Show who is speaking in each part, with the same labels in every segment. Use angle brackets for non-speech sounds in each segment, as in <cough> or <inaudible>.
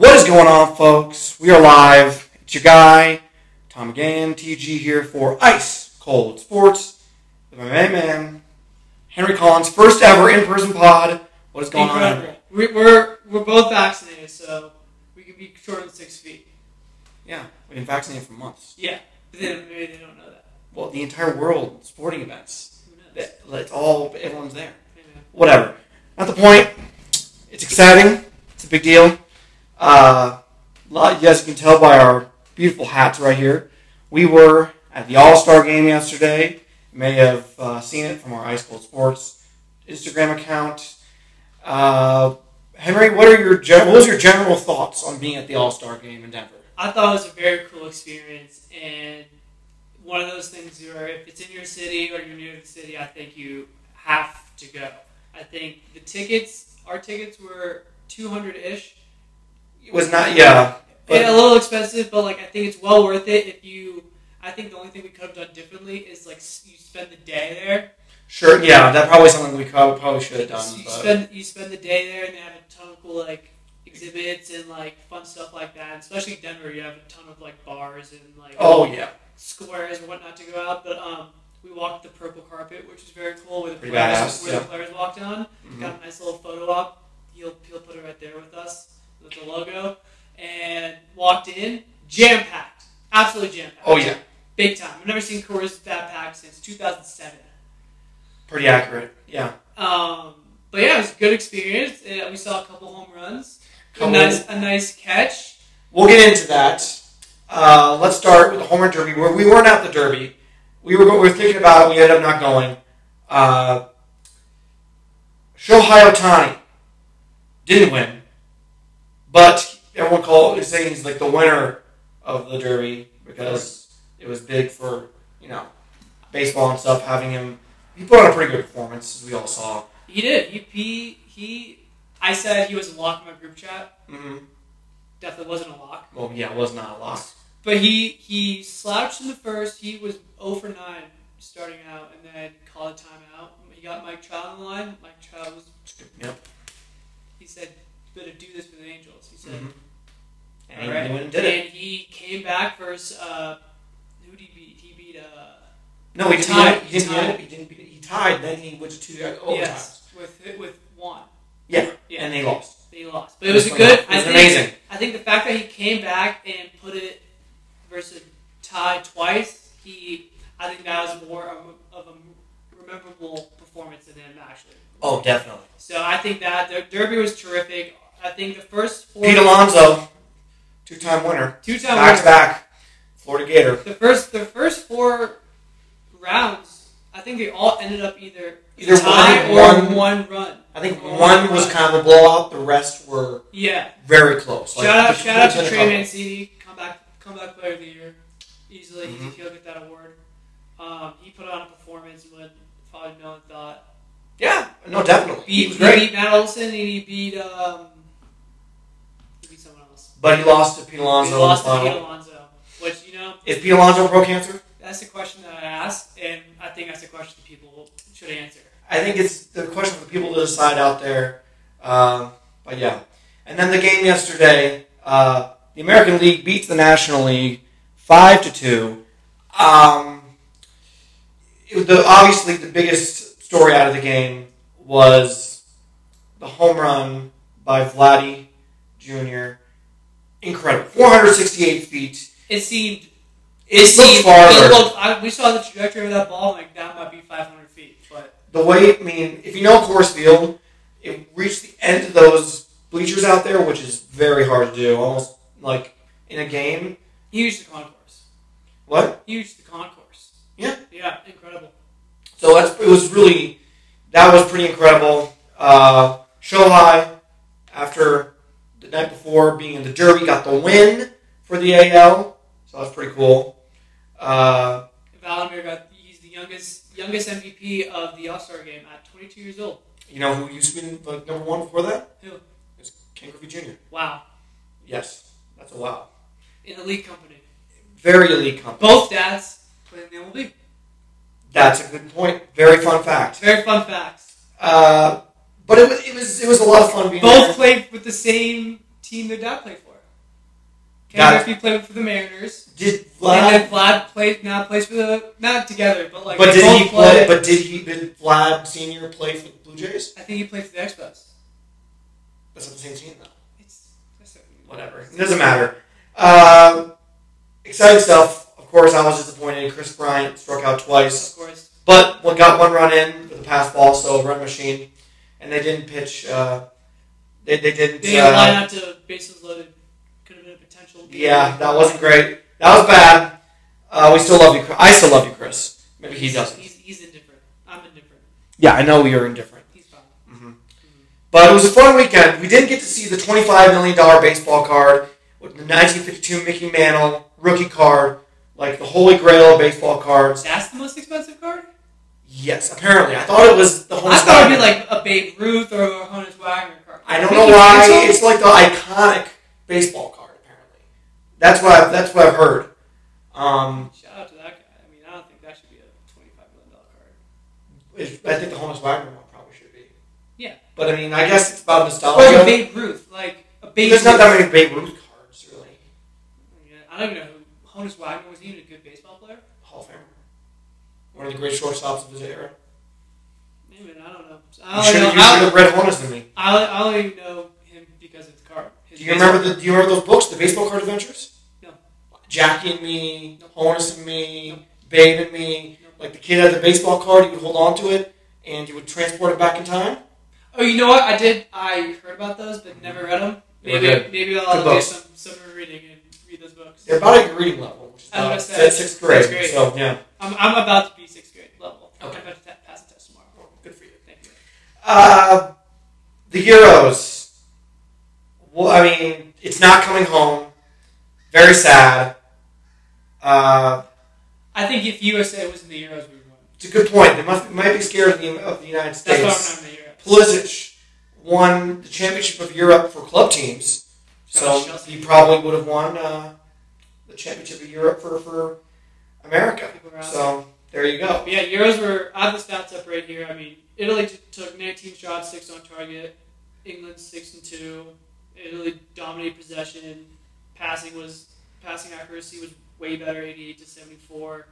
Speaker 1: is going on, folks? We are live. It's your guy, Tom again, TG here for Ice Cold Sports. My main man, Henry Collins, first ever in person pod. What is going on?
Speaker 2: Incredible. We, we're we're both vaccinated, so we can be shorter than six feet.
Speaker 1: Yeah, we've been vaccinated for months.
Speaker 2: Yeah, but then maybe they don't know that.
Speaker 1: Well, the entire world, sporting events.
Speaker 2: Who knows?
Speaker 1: That- It's all, everyone's there.
Speaker 2: Anyway.
Speaker 1: Whatever. Not the point. It's exciting. It's a big deal. Uh, lot, you guys can tell by our beautiful hats right here. We were at the All Star game yesterday. You may have uh, seen it from our Ice Cold Sports Instagram account. Uh, Henry, what are your gen- what was your general thoughts on being at the All Star game in Denver?
Speaker 2: I thought it was a very cool experience and one of those things where if it's in your city or you're new to the city, I think you have to go. I think the tickets, our tickets were 200 ish.
Speaker 1: It was not, yeah, but-
Speaker 2: a little expensive, but like I think it's well worth it if you. I think the only thing we could have done differently is like s- you spend the day there
Speaker 1: sure, yeah, that probably something we co- probably should have done.
Speaker 2: You
Speaker 1: But um, uh,
Speaker 2: spend you spend the day there, and they have a ton of cool like exhibits and like fun stuff like that. And especially Denver, you have a ton of like bars and like
Speaker 1: oh yeah,
Speaker 2: squares and whatnot to go out. But um, we walked the purple carpet, which is very cool, where the
Speaker 1: Pretty
Speaker 2: players,
Speaker 1: badass,
Speaker 2: where
Speaker 1: yeah.
Speaker 2: the players walked on.
Speaker 1: Mhm.
Speaker 2: Got a nice little photo op. He'll he'll put it right there with us with the logo, and walked in jam packed, absolutely jam packed.
Speaker 1: oh yeah,
Speaker 2: big time. I've never seen Coors that packed since 2007.
Speaker 1: pretty accurate. Yeah,
Speaker 2: Um, but yeah, it was a good experience. Uh, we saw a couple home runs,
Speaker 1: Couple-
Speaker 2: a nice a nice catch.
Speaker 1: We'll get into that. Uh, let's start with the home run derby. Where we weren't at the derby, we were we were thinking about. it. We ended up not going. Uh, Shohei Otani didn't win, but everyone called is saying he's like the winner of the derby because it was big for you know baseball and stuff having him. He put on a pretty good performance, as we all saw.
Speaker 2: He did. He he he. I said he was a lock in my group chat.
Speaker 1: Mm-hmm.
Speaker 2: Definitely wasn't a lock.
Speaker 1: Well, yeah, it was not a loss.
Speaker 2: But he he slouched in the first. He was 0 for 9 starting out, and then called a timeout. He got Mike Trout on the line. Mike Trout was.
Speaker 1: Yep.
Speaker 2: He said, "Better do this with the Angels." He said.
Speaker 1: hmm And he
Speaker 2: Mm-hmm. All right.
Speaker 1: went and did it.
Speaker 2: And he came back versus uh, who did he beat? He beat uh.
Speaker 1: No, he didn't.
Speaker 2: Tied.
Speaker 1: He didn't.
Speaker 2: Tied.
Speaker 1: He didn't. He tied. Then he went to two overtime.
Speaker 2: Yes, with with one.
Speaker 1: Yeah,
Speaker 2: Yeah.
Speaker 1: and they lost.
Speaker 2: They lost, but it was a
Speaker 1: fun.
Speaker 2: good.
Speaker 1: It
Speaker 2: I
Speaker 1: was
Speaker 2: think,
Speaker 1: amazing.
Speaker 2: I think the fact that he came back and put it versus tie twice, he I think that was more of a, of a memorable performance than him actually.
Speaker 1: Oh, definitely.
Speaker 2: So I think that the Derby was terrific. I think the first four
Speaker 1: Pete Alonso, two-time winner,
Speaker 2: two time
Speaker 1: back to back, Florida Gator.
Speaker 2: The first the first four rounds, I think they all ended up either
Speaker 1: Either one-
Speaker 2: tie
Speaker 1: one-
Speaker 2: or one run.
Speaker 1: I think
Speaker 2: Or
Speaker 1: one was
Speaker 2: run.
Speaker 1: kind of a blowout. The rest were
Speaker 2: yeah.
Speaker 1: very close.
Speaker 2: shout out,
Speaker 1: just
Speaker 2: shout out to
Speaker 1: within a
Speaker 2: Trey
Speaker 1: couple.
Speaker 2: Mancini, comeback, comeback player of the year, easily.
Speaker 1: Mhm.
Speaker 2: He'll get that award. Um, he put on a performance when probably no one thought.
Speaker 1: Yeah, no, definitely.
Speaker 2: Beat,
Speaker 1: He was great,
Speaker 2: beat Matt Olson and he beat um, he beat someone else.
Speaker 1: but he lost to Pete
Speaker 2: he
Speaker 1: Alonso. in the
Speaker 2: lost to
Speaker 1: final.
Speaker 2: Pete Alonso, which you know
Speaker 1: Is Pete Alonso pro cancer?
Speaker 2: that's the question that I asked, and I think that's the question people should answer.
Speaker 1: I think it's the question for people to decide out there. Um, but yeah, and then the game yesterday, uh, the American League beats the National League five to two. Um, it was the, obviously, the biggest story out of the game was the home run by Vladdy Jr. Incredible, 468 feet.
Speaker 2: It seemed.
Speaker 1: It looked
Speaker 2: seemed-
Speaker 1: farther.
Speaker 2: It looked, I, we saw the trajectory of that ball, like that might be 500 feet, but
Speaker 1: the way I mean, if you know Coors Field, it reached the end of those bleachers out there, which is very hard to do, almost like in a game.
Speaker 2: huge the concourse.
Speaker 1: What?
Speaker 2: huge the concourse.
Speaker 1: Yeah.
Speaker 2: Yeah, incredible.
Speaker 1: So that's it was really that was pretty incredible. Uh, Shohei, after the night before being in the Derby, got the win for the AL, so that's pretty cool. Uh,
Speaker 2: Valadimir got he's the youngest youngest MVP of the All Star game at 22 years old.
Speaker 1: you know who used to be like number one before that?
Speaker 2: Who?
Speaker 1: It was Ken Griffey Jr.
Speaker 2: Wow,
Speaker 1: Yes, that's a wow.
Speaker 2: in the league company,
Speaker 1: Very elite company.
Speaker 2: both dads play in the MLB.
Speaker 1: That's a good point. Very fun fact.
Speaker 2: Very fun facts.
Speaker 1: Uh, but it was it was it was a lot of fun being
Speaker 2: Both
Speaker 1: there.
Speaker 2: played with the same team their dad played for.
Speaker 1: Got it.
Speaker 2: Cam Griffey played for the Mariners.
Speaker 1: Did
Speaker 2: And
Speaker 1: Vlad?
Speaker 2: then Vlad played now plays for the not together, but like
Speaker 1: but
Speaker 2: they
Speaker 1: did
Speaker 2: both
Speaker 1: he play? But did he? Did Vlad Senior play for the Blue Jays?
Speaker 2: I think he played for the Expos.
Speaker 1: That's not the same team though.
Speaker 2: It's, that's it.
Speaker 1: Whatever. It doesn't matter. Um, exciting stuff. Of course, I was disappointed. Chris Bryant struck out twice.
Speaker 2: Of course,
Speaker 1: But what got one run in with a pass ball, so a run machine, and they didn't pitch. Uh, they, they didn't.
Speaker 2: they
Speaker 1: uh,
Speaker 2: line out to bases loaded. Could have been a potential. game.
Speaker 1: yeah, that wasn't great. That was bad. Uh, we still love you. Chris. I still love you, Chris. Maybe he
Speaker 2: He's-
Speaker 1: doesn't.
Speaker 2: He's, he's indifferent. I'm indifferent.
Speaker 1: Yeah, I know you're indifferent.
Speaker 2: He's fine.
Speaker 1: But it was a fun weekend. We did get to see the $25 million baseball card with the 1952 Mickey Mantle rookie card, like the holy grail of baseball cards.
Speaker 2: That's the most expensive card.
Speaker 1: Yes, apparently. I thought it was the
Speaker 2: I
Speaker 1: Honus
Speaker 2: thought it'd be
Speaker 1: Wagner.
Speaker 2: like a Babe Ruth or a Honus Wagner card.
Speaker 1: I don't know
Speaker 2: Mickey
Speaker 1: why.
Speaker 2: Mantle?
Speaker 1: It's like the iconic baseball card, apparently. That's what I've, that's what I've heard. Um,
Speaker 2: Shout out to that guy. I mean, I don't think that should be a twenty-five million dollar card.
Speaker 1: it- I think the Honus Wagner one probably should be.
Speaker 2: Yeah.
Speaker 1: But I mean, I guess it's about nostalgia.
Speaker 2: Or like a Babe Ruth, like a Babe.
Speaker 1: There's not
Speaker 2: Ruth.
Speaker 1: that many Babe Ruth cards, really.
Speaker 2: Yeah, I don't even know who Honus Wagner was. He even a good baseball player.
Speaker 1: Hall of Famer. One of the great shortstops of his era.
Speaker 2: Maybe I don't know.
Speaker 1: You
Speaker 2: I
Speaker 1: should
Speaker 2: only
Speaker 1: have
Speaker 2: know, I,
Speaker 1: used the red harness than me.
Speaker 2: I, I only know him because of the card. His
Speaker 1: Do you
Speaker 2: baseball-
Speaker 1: remember the? Do you remember those books, the baseball card adventures?
Speaker 2: No.
Speaker 1: Jackie and me,
Speaker 2: No.
Speaker 1: Honus and me,
Speaker 2: No.
Speaker 1: Babe and me.
Speaker 2: No.
Speaker 1: Like the kid had the baseball card, he would hold on to it, and you would transport it back in time.
Speaker 2: Oh, you know what? I did. I heard about those, but never read them.
Speaker 1: They were
Speaker 2: Maybe
Speaker 1: good.
Speaker 2: maybe
Speaker 1: Good
Speaker 2: I'll do
Speaker 1: books.
Speaker 2: some summer reading and read those books.
Speaker 1: They're about at your reading level, which is
Speaker 2: I was
Speaker 1: about
Speaker 2: gonna say,
Speaker 1: sixth, sixth grade.
Speaker 2: sixth grade.
Speaker 1: So yeah,
Speaker 2: I'm, I'm about to be sixth grade level.
Speaker 1: Okay.
Speaker 2: I'm about to ta- pass a test tomorrow.
Speaker 1: good for you.
Speaker 2: Thank you.
Speaker 1: Uh, the heroes. Well, I mean, it's not coming home. Very sad. Uh,
Speaker 2: I think if USA was in the Euros, we would win.
Speaker 1: it's a good point. They must might be scared of the, of the United
Speaker 2: That's
Speaker 1: States.
Speaker 2: why we're not in the Euros.
Speaker 1: Pulisic won the championship of Europe for club teams, so
Speaker 2: Shout out to
Speaker 1: he
Speaker 2: Chelsea.
Speaker 1: probably would have won uh, the championship of Europe for, for America.
Speaker 2: People were out
Speaker 1: So there you
Speaker 2: there.
Speaker 1: go.
Speaker 2: But yeah, Euros were. I have the stats up right here. I mean, Italy t- took 19 shots, six on target. England six and two. Italy dominated possession. Passing was passing accuracy was way better, 88 to 74.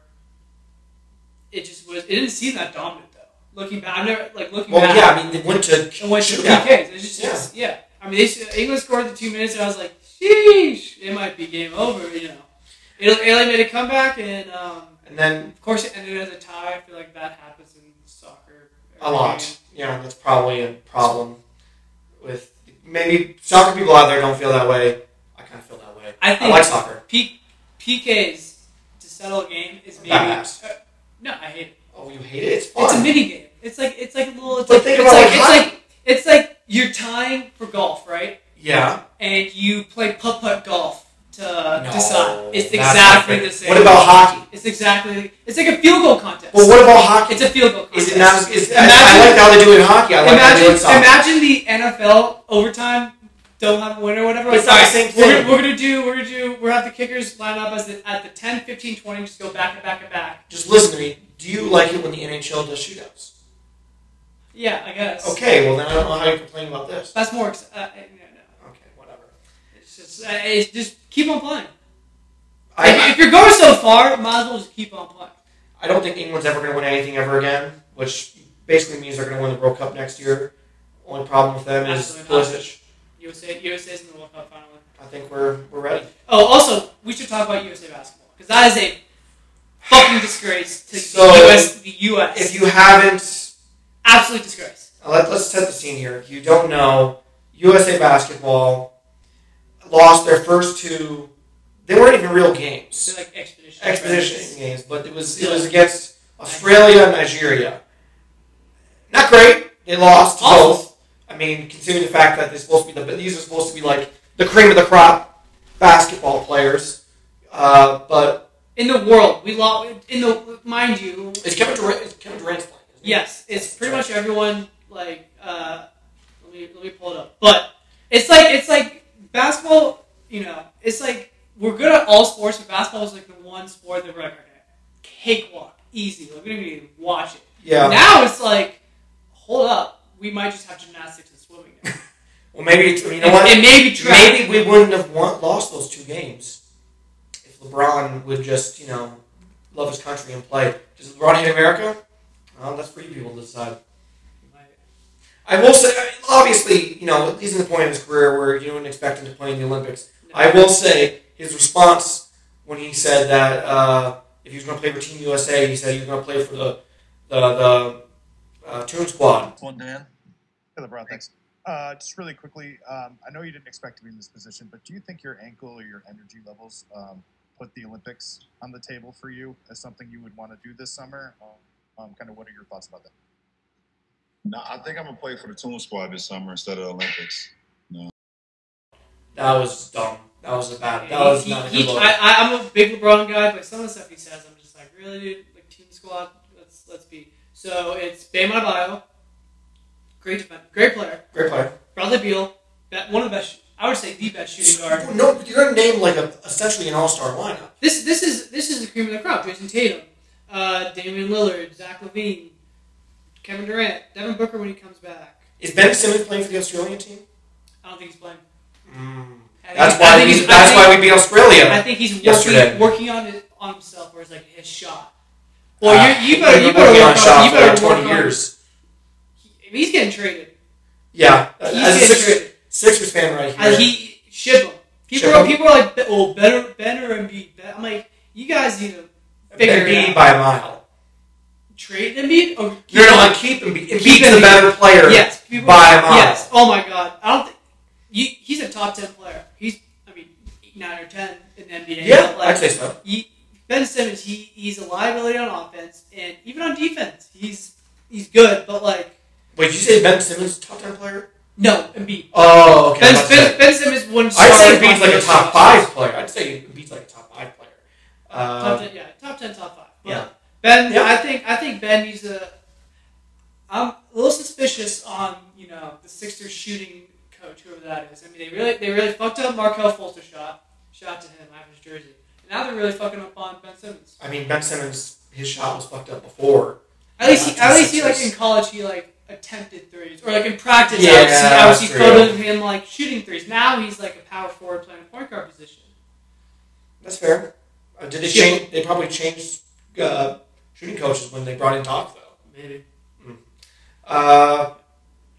Speaker 2: It just was. It didn't seem that dominant though. Looking back, I've never like looking
Speaker 1: Well,
Speaker 2: back.
Speaker 1: yeah, I mean they went to
Speaker 2: and went to
Speaker 1: shootout.
Speaker 2: PKs. It's just, just- yeah. I mean, they should, England scored the two minutes, and I was like, sheesh, it might be game over, you know. Italy, Italy made a comeback, and um,
Speaker 1: and then
Speaker 2: of course, it ended as a tie. I feel like that happens in soccer.
Speaker 1: a lot. Yeah, that's probably a problem with maybe soccer people out there don't feel that way. I kind of feel that way.
Speaker 2: I
Speaker 1: I
Speaker 2: think
Speaker 1: like soccer.
Speaker 2: P- PKs to settle a game is maybe.
Speaker 1: Badass.
Speaker 2: Uh, no, I hate it.
Speaker 1: Oh, you hate it? It's fun.
Speaker 2: It's a mini game. It's like it's like a little. It's
Speaker 1: But
Speaker 2: like,
Speaker 1: think
Speaker 2: it's,
Speaker 1: about
Speaker 2: like, it's
Speaker 1: how-
Speaker 2: like it's like you're tying for golf, right?
Speaker 1: yeah.
Speaker 2: and you play putt putt golf to
Speaker 1: No,
Speaker 2: decide. Uh, It's
Speaker 1: that's not
Speaker 2: exactly
Speaker 1: fair.
Speaker 2: the same.
Speaker 1: What about hockey?
Speaker 2: It's exactly. It's like a field goal contest.
Speaker 1: Well, what about hockey?
Speaker 2: it's a field goal contest.
Speaker 1: Is it not? Is, I-
Speaker 2: Imagine-
Speaker 1: I like how they do it in hockey. I like how they do it
Speaker 2: imagine,
Speaker 1: in soccer.
Speaker 2: imagine the NFL overtime don't have a winner or whatever.
Speaker 1: But it's
Speaker 2: Like,
Speaker 1: not the
Speaker 2: all right,
Speaker 1: same
Speaker 2: we're,
Speaker 1: thing.
Speaker 2: gonna- we're gonna do. We're gonna do. We're gonna have the kickers line up as the, at the 10, 15, 20, just go back and back and back.
Speaker 1: Just listen to me. Do you like it when the NHL does shootouts?
Speaker 2: Yeah, I guess.
Speaker 1: Okay, well then I don't know how you complain about this.
Speaker 2: That's more. ex- Uh, no, no.
Speaker 1: Okay, whatever.
Speaker 2: It's just. Uh, it's just keep on playing. if,
Speaker 1: I,
Speaker 2: if you're going so far, might as well just keep on playing.
Speaker 1: I don't think England's ever going to win anything ever again, which basically means they're going to win the World Cup next year. Only problem with them is
Speaker 2: Absolutely not.
Speaker 1: Pulisic.
Speaker 2: USA, USA's in the World Cup final.
Speaker 1: I think we're we're ready.
Speaker 2: Oh, also, we should talk about USA basketball because that is a fucking disgrace to
Speaker 1: So-
Speaker 2: the US. The US,
Speaker 1: If you haven't
Speaker 2: absolute disgrace.
Speaker 1: Uh, Let, let's set the scene here. If you don't know, USA Basketball lost their first two. They weren't even real games,
Speaker 2: They're like expedition.
Speaker 1: exposition games, but it was it was against Australia and Nigeria. Not great. They lost to
Speaker 2: Awful.
Speaker 1: both. I mean, considering the fact that they're supposed to be the these are supposed to be like the cream of the crop basketball players, uh, but
Speaker 2: in the world. We lost. In the mind you,
Speaker 1: it's Kevin Durant. It's Kevin Durant's playing. Isn't it?
Speaker 2: yes, it's pretty much everyone. Like, uh, let me let me pull it up. But it's like it's like basketball. You know, it's like we're good at all sports, but basketball is like the one sport that we're like, okay, cakewalk, easy. Like, we didn't even watch it.
Speaker 1: Yeah.
Speaker 2: Now it's like, hold up, we might just have gymnastics and swimming now.
Speaker 1: Well, maybe it's, you know
Speaker 2: It-
Speaker 1: what?
Speaker 2: It, may be true.
Speaker 1: Maybe we wouldn't have won- lost those two games if LeBron would just, you know, love his country and play. Does LeBron hate America? Well, that's for you people to decide. I will say, obviously, you know, he's in the point of his career where you wouldn't expect him to play in the Olympics. I will say his response when he said that uh, if he was going to play for Team USA, he said he was going to play for the the, the uh, Toon Squad.
Speaker 3: One, Dan.
Speaker 4: Hey, LeBron, thanks. Uh, just really quickly, um, I know you didn't expect to be in this position, but do you think your ankle or your energy levels um, put the Olympics on the table for you as something you would want to do this summer? Um, kind of, what are your thoughts about that?
Speaker 3: No, I think I'm gonna play for the Toon Squad this summer instead of Olympics.
Speaker 1: That was dumb. That was a bad. That
Speaker 2: He-
Speaker 1: was
Speaker 2: he-
Speaker 1: not a
Speaker 2: he-
Speaker 1: good look.
Speaker 2: I, I, I'm a big LeBron guy, but some of the stuff he says, I'm just like, really, dude? Like, team squad, let's let's be. So it's Bam Adebayo, great defense, great player.
Speaker 1: Great player.
Speaker 2: Bradley Beal, be- one of the best. I would say the best shooting guard.
Speaker 1: No, you're going to name like a, essentially an all-star lineup.
Speaker 2: This this is this is the cream of the crop. Jason Tatum, uh, Damian Lillard, Zach Levine, Kevin Durant, Devin Booker when he comes back.
Speaker 1: Is Ben Simmons playing for the Australian team?
Speaker 2: I don't think he's playing. I think-
Speaker 1: That's
Speaker 2: Hmm. I
Speaker 1: why
Speaker 2: think
Speaker 1: we.
Speaker 2: he's- I
Speaker 1: That's
Speaker 2: think-
Speaker 1: why we beat
Speaker 2: I
Speaker 1: Australia.
Speaker 2: think he's
Speaker 1: Yesterday.
Speaker 2: working, working on it on himself, or it's like his shot.
Speaker 1: Uh,
Speaker 2: Well, you, you better
Speaker 1: we've
Speaker 2: you
Speaker 1: been
Speaker 2: better
Speaker 1: working on
Speaker 2: work on,
Speaker 1: shot
Speaker 2: you
Speaker 1: for like
Speaker 2: better work
Speaker 1: twenty
Speaker 2: on.
Speaker 1: years.
Speaker 2: If he's getting traded,
Speaker 1: Yeah, Uh,
Speaker 2: he's
Speaker 1: as a
Speaker 2: getting
Speaker 1: Sixers,
Speaker 2: traded.
Speaker 1: Sixers fan right
Speaker 2: I,
Speaker 1: here.
Speaker 2: he ship him. People
Speaker 1: Ship
Speaker 2: are
Speaker 1: him.
Speaker 2: people are like, oh, better better and be. I'm like, you guys need to figure
Speaker 1: They're
Speaker 2: it
Speaker 1: beating
Speaker 2: out.
Speaker 1: by a mile.
Speaker 2: trade Embiid or keep
Speaker 1: No, no,
Speaker 2: him?
Speaker 1: like keep and beat.
Speaker 2: Keep
Speaker 1: Embiid's the
Speaker 2: Embiid.
Speaker 1: better player.
Speaker 2: Yes, people,
Speaker 1: by a mile.
Speaker 2: Yes. Oh my God. I don't think you, he's a top ten player. He's I mean nine or ten in the NBA.
Speaker 1: Yeah, I'd
Speaker 2: but, like,
Speaker 1: say so.
Speaker 2: he- Ben Simmons, he, he's a liability on offense and even on defense, he's he's good. But like
Speaker 1: Wait, did you say Ben Simmons top ten player?
Speaker 2: no, Embiid.
Speaker 1: Oh, okay.
Speaker 2: Ben,
Speaker 1: I'd say-
Speaker 2: ben, ben Simmons wouldn't.
Speaker 1: I'd say
Speaker 2: start
Speaker 1: Embiid's
Speaker 2: on
Speaker 1: like a
Speaker 2: those
Speaker 1: top
Speaker 2: shots.
Speaker 1: five player. I'd say Embiid's like a top five player.
Speaker 2: Top
Speaker 1: Uh,
Speaker 2: ten, yeah, top ten, top five. But
Speaker 1: yeah.
Speaker 2: Ben,
Speaker 1: Yeah.
Speaker 2: I think I think Ben needs a. I'm a little suspicious on you know the Sixers shooting coach, whoever that is. I mean, they really they really fucked up Markel Fulter shot. Shout out to him, I have his jersey. And now they're really fucking up on Ben Simmons.
Speaker 1: I mean, Ben Simmons, his shot was fucked up before.
Speaker 2: At least he,
Speaker 1: Yeah,
Speaker 2: at least he like
Speaker 1: Sixers.
Speaker 2: in college he like attempted threes or like in practice. I
Speaker 1: Yeah,
Speaker 2: would see, I would see
Speaker 1: true.
Speaker 2: photos of him like shooting threes. Now he's like a power forward playing a point guard position.
Speaker 1: That's fair. Uh, did they
Speaker 2: Yeah.
Speaker 1: change? They probably changed uh, shooting coaches when they brought in Doc though. Hmm.
Speaker 2: Maybe
Speaker 1: Uh,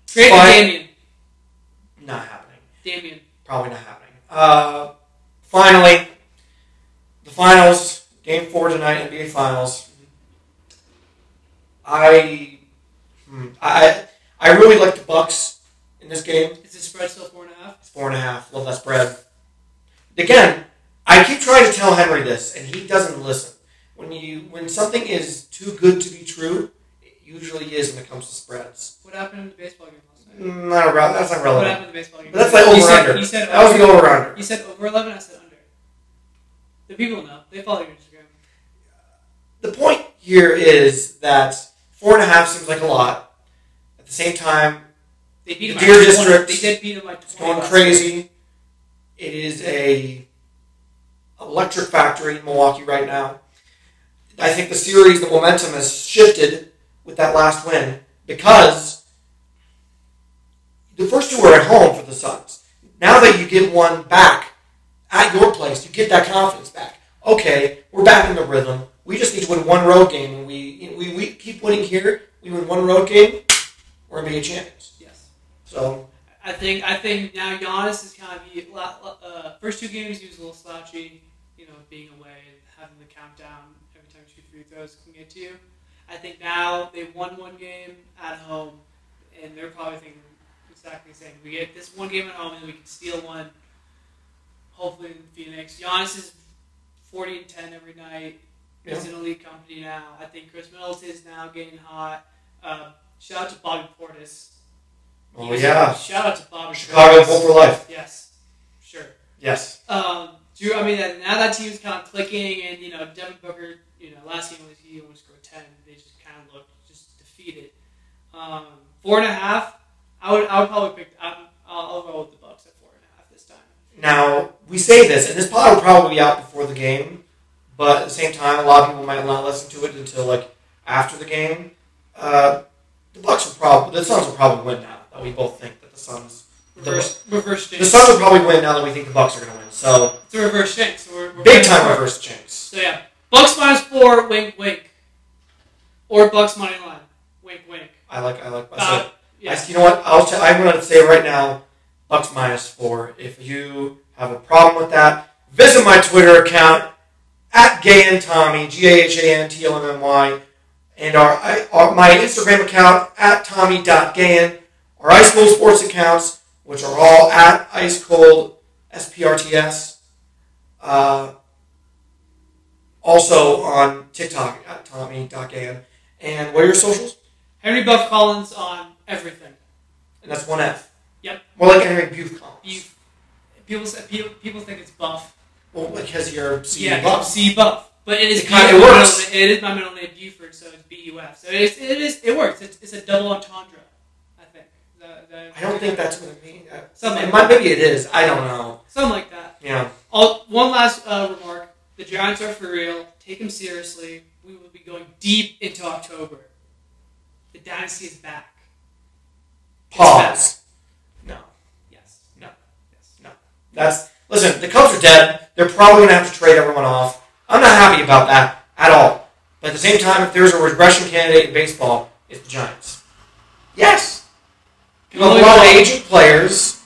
Speaker 2: trade for
Speaker 1: Fine.
Speaker 2: Damian.
Speaker 1: not happening.
Speaker 2: Damian.
Speaker 1: Probably not happening. Uh, finally, the finals, game four tonight, NBA Finals. I, hmm, I, I really like the Bucks in this game.
Speaker 2: Is the spread still four and a half?
Speaker 1: It's four and a half. Love that spread. Again, I keep trying to tell Henry this, and he doesn't listen. When you when something is too good to be true, it usually is when it comes to spreads.
Speaker 2: What happened in the baseball game last night?
Speaker 1: Not around. That's not
Speaker 2: What
Speaker 1: relevant.
Speaker 2: happened in the baseball game?
Speaker 1: But that's like
Speaker 2: You
Speaker 1: over
Speaker 2: said-
Speaker 1: under.
Speaker 2: You said
Speaker 1: That was the
Speaker 2: over,
Speaker 1: over under.
Speaker 2: you said over eleven. I said under. The people know. They follow your Instagram.
Speaker 1: The point here is that four and a half seems like a lot. At the same time,
Speaker 2: They beat him.
Speaker 1: Deer
Speaker 2: by
Speaker 1: District
Speaker 2: 20. They did beat him by twenty.
Speaker 1: It's going
Speaker 2: last night.
Speaker 1: crazy. It is a electric factory in Milwaukee right now. I think the series, the momentum has shifted with that last win because the first two were at home for the Suns. Now that you get one back at your place, you get that confidence back. Okay, we're back in the rhythm. We just need to win one road game, and we we, we keep winning here. We win one road game, we're gonna be champions.
Speaker 2: Yes.
Speaker 1: So
Speaker 2: I think. I think now Giannis is kind of he, la- la- uh, first two games he was a little slouchy. You know, being away and having the countdown every time you shoot free throws can get to you. I think now they won one game at home, and they're probably thinking exactly the same. We get this one game at home, and we can steal one. Hopefully in Phoenix, Giannis is forty and ten every night. He's an elite company now. I think Chris Middleton is now getting hot. Uh, shout out to Bobby Portis.
Speaker 1: oh
Speaker 2: He's-
Speaker 1: yeah.
Speaker 2: Shout out to Bobby
Speaker 1: Chicago
Speaker 2: Portis.
Speaker 1: home for life.
Speaker 2: Yes, sure.
Speaker 1: Yes.
Speaker 2: Um, Drew, I mean, that, now that team's kind of clicking, and you know, Devin Booker, you know, last game was he almost scored ten. They just kind of looked just defeated. Um, four and a half. I would, I would probably pick. I'm, I'll, I'll roll with the Bucks at four and a half this time.
Speaker 1: Now we say this, and this pod will probably be out before the game, but at the same time, a lot of people might not listen to it until like after the game. Uh, the Bucks will probably the Suns will probably win now. That we both think that the Suns
Speaker 2: Reverse, reverse jinx.
Speaker 1: The Suns will probably win now that we think the Bucks are going to win. So
Speaker 2: It's a reverse jinx. So we're, we're
Speaker 1: big
Speaker 2: playing
Speaker 1: time
Speaker 2: for-
Speaker 1: reverse jinx.
Speaker 2: So yeah, Bucks minus four. Wink, wink. Or Bucks money line. Wink, wink.
Speaker 1: I like I like. I
Speaker 2: Uh,
Speaker 1: said, I
Speaker 2: yeah.
Speaker 1: said, you know what? I'll t- I'm going to say right now, Bucks minus four. If you have a problem with that, visit my Twitter account at Gay and Tommy G A H A N T O M M Y, and our, I, our my Instagram account at Tommy.Gayan, our Ice Cold Sports accounts, which are all at Ice Cold S P R T S. Uh, also on TikTok at Tommy.Gayan. And what are your socials?
Speaker 2: Henry Buff Collins on everything.
Speaker 1: And that's one F.
Speaker 2: Yep.
Speaker 1: More like Henry Buff Collins.
Speaker 2: You, people, say, people people think it's Buff.
Speaker 1: Well, because you're C
Speaker 2: yeah,
Speaker 1: Buff.
Speaker 2: C Buff. But it is
Speaker 1: It kinda
Speaker 2: Buford, my
Speaker 1: works.
Speaker 2: middle na- It is my middle name Buford, so it's B U F. So it is, it is it works. It's, it's a double entendre, I think. The- the-
Speaker 1: I don't think that's what it means. Uh,
Speaker 2: Something.
Speaker 1: it might- maybe it is. I don't know.
Speaker 2: something like that.
Speaker 1: Yeah.
Speaker 2: All, one last uh, remark. The Giants are for real. Take them seriously. We will be going deep into October. The dynasty is back. It's
Speaker 1: Pause. No.
Speaker 2: back. Yes. No. Yes.
Speaker 1: That's listen. The Cubs are dead. They're probably going to have to trade everyone off. I'm not happy about that at all. But at the same time, if there's a regression candidate in baseball, it's the Giants. Yes. You have a lot of aging players.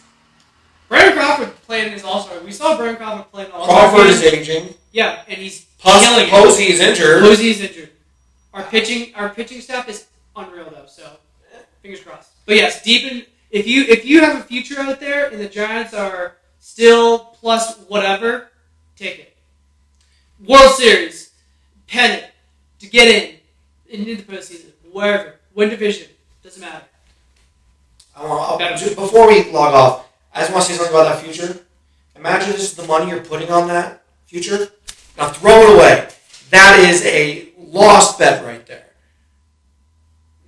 Speaker 2: Brandon Crawford playing his All Star. We saw Brandon Crawford playing All Star.
Speaker 1: Crawford is aging.
Speaker 2: Yeah, and he's
Speaker 1: Pos-
Speaker 2: killing it.
Speaker 1: Posey is injured.
Speaker 2: Posey's injured. Our pitching, our pitching staff is unreal though. So fingers crossed. But yes, deep in if you if you have a future out there and the Giants are still plus whatever, take it. World Series, pennant to get in into the postseason, wherever, win division, doesn't matter.
Speaker 1: I want
Speaker 2: Better.
Speaker 1: to, just before we log off, I just want to say something about that future. Imagine this is the money you're putting on that future. Now throw it away. That is a lost bet right there.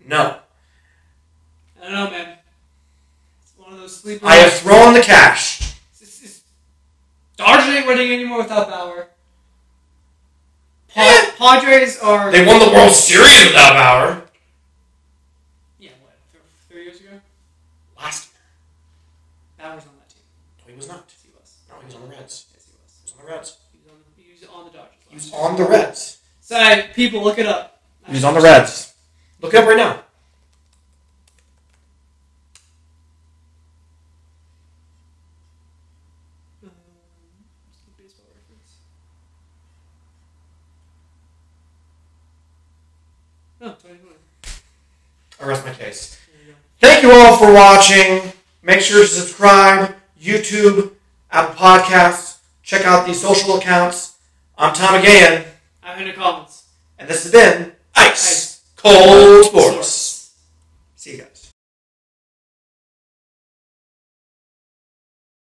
Speaker 1: No.
Speaker 2: I don't know, man. It's one of those sleepers.
Speaker 1: I have thrown the cash.
Speaker 2: It's- it's- Dodgers ain't winning anymore without Bauer. Pa-
Speaker 1: <laughs> Eh.
Speaker 2: Padres are.
Speaker 1: They won the World Series without Bauer.
Speaker 2: Yeah, what? th- Three years ago?
Speaker 1: Last
Speaker 2: Bauer's on that team.
Speaker 1: year. No, he was not.
Speaker 2: Yes, he was.
Speaker 1: No, he was on the Reds.
Speaker 2: Yes, he was.
Speaker 1: He was on the Reds.
Speaker 2: He was on the, he was on the Dodgers.
Speaker 1: He was on the Reds.
Speaker 2: So, hey, people, look it up.
Speaker 1: He was on the Reds. Look it up right now.
Speaker 2: Um, just the baseball reference. No, 2020.
Speaker 1: I rest my case.
Speaker 2: There you go.
Speaker 1: Thank you all for watching. Make sure to subscribe, YouTube, Apple Podcasts. Check out the social accounts. I'm Tom Again,
Speaker 2: I'm Henry Collins.
Speaker 1: and this has been Ice,
Speaker 2: Ice.
Speaker 1: Cold Sports.
Speaker 2: Sports.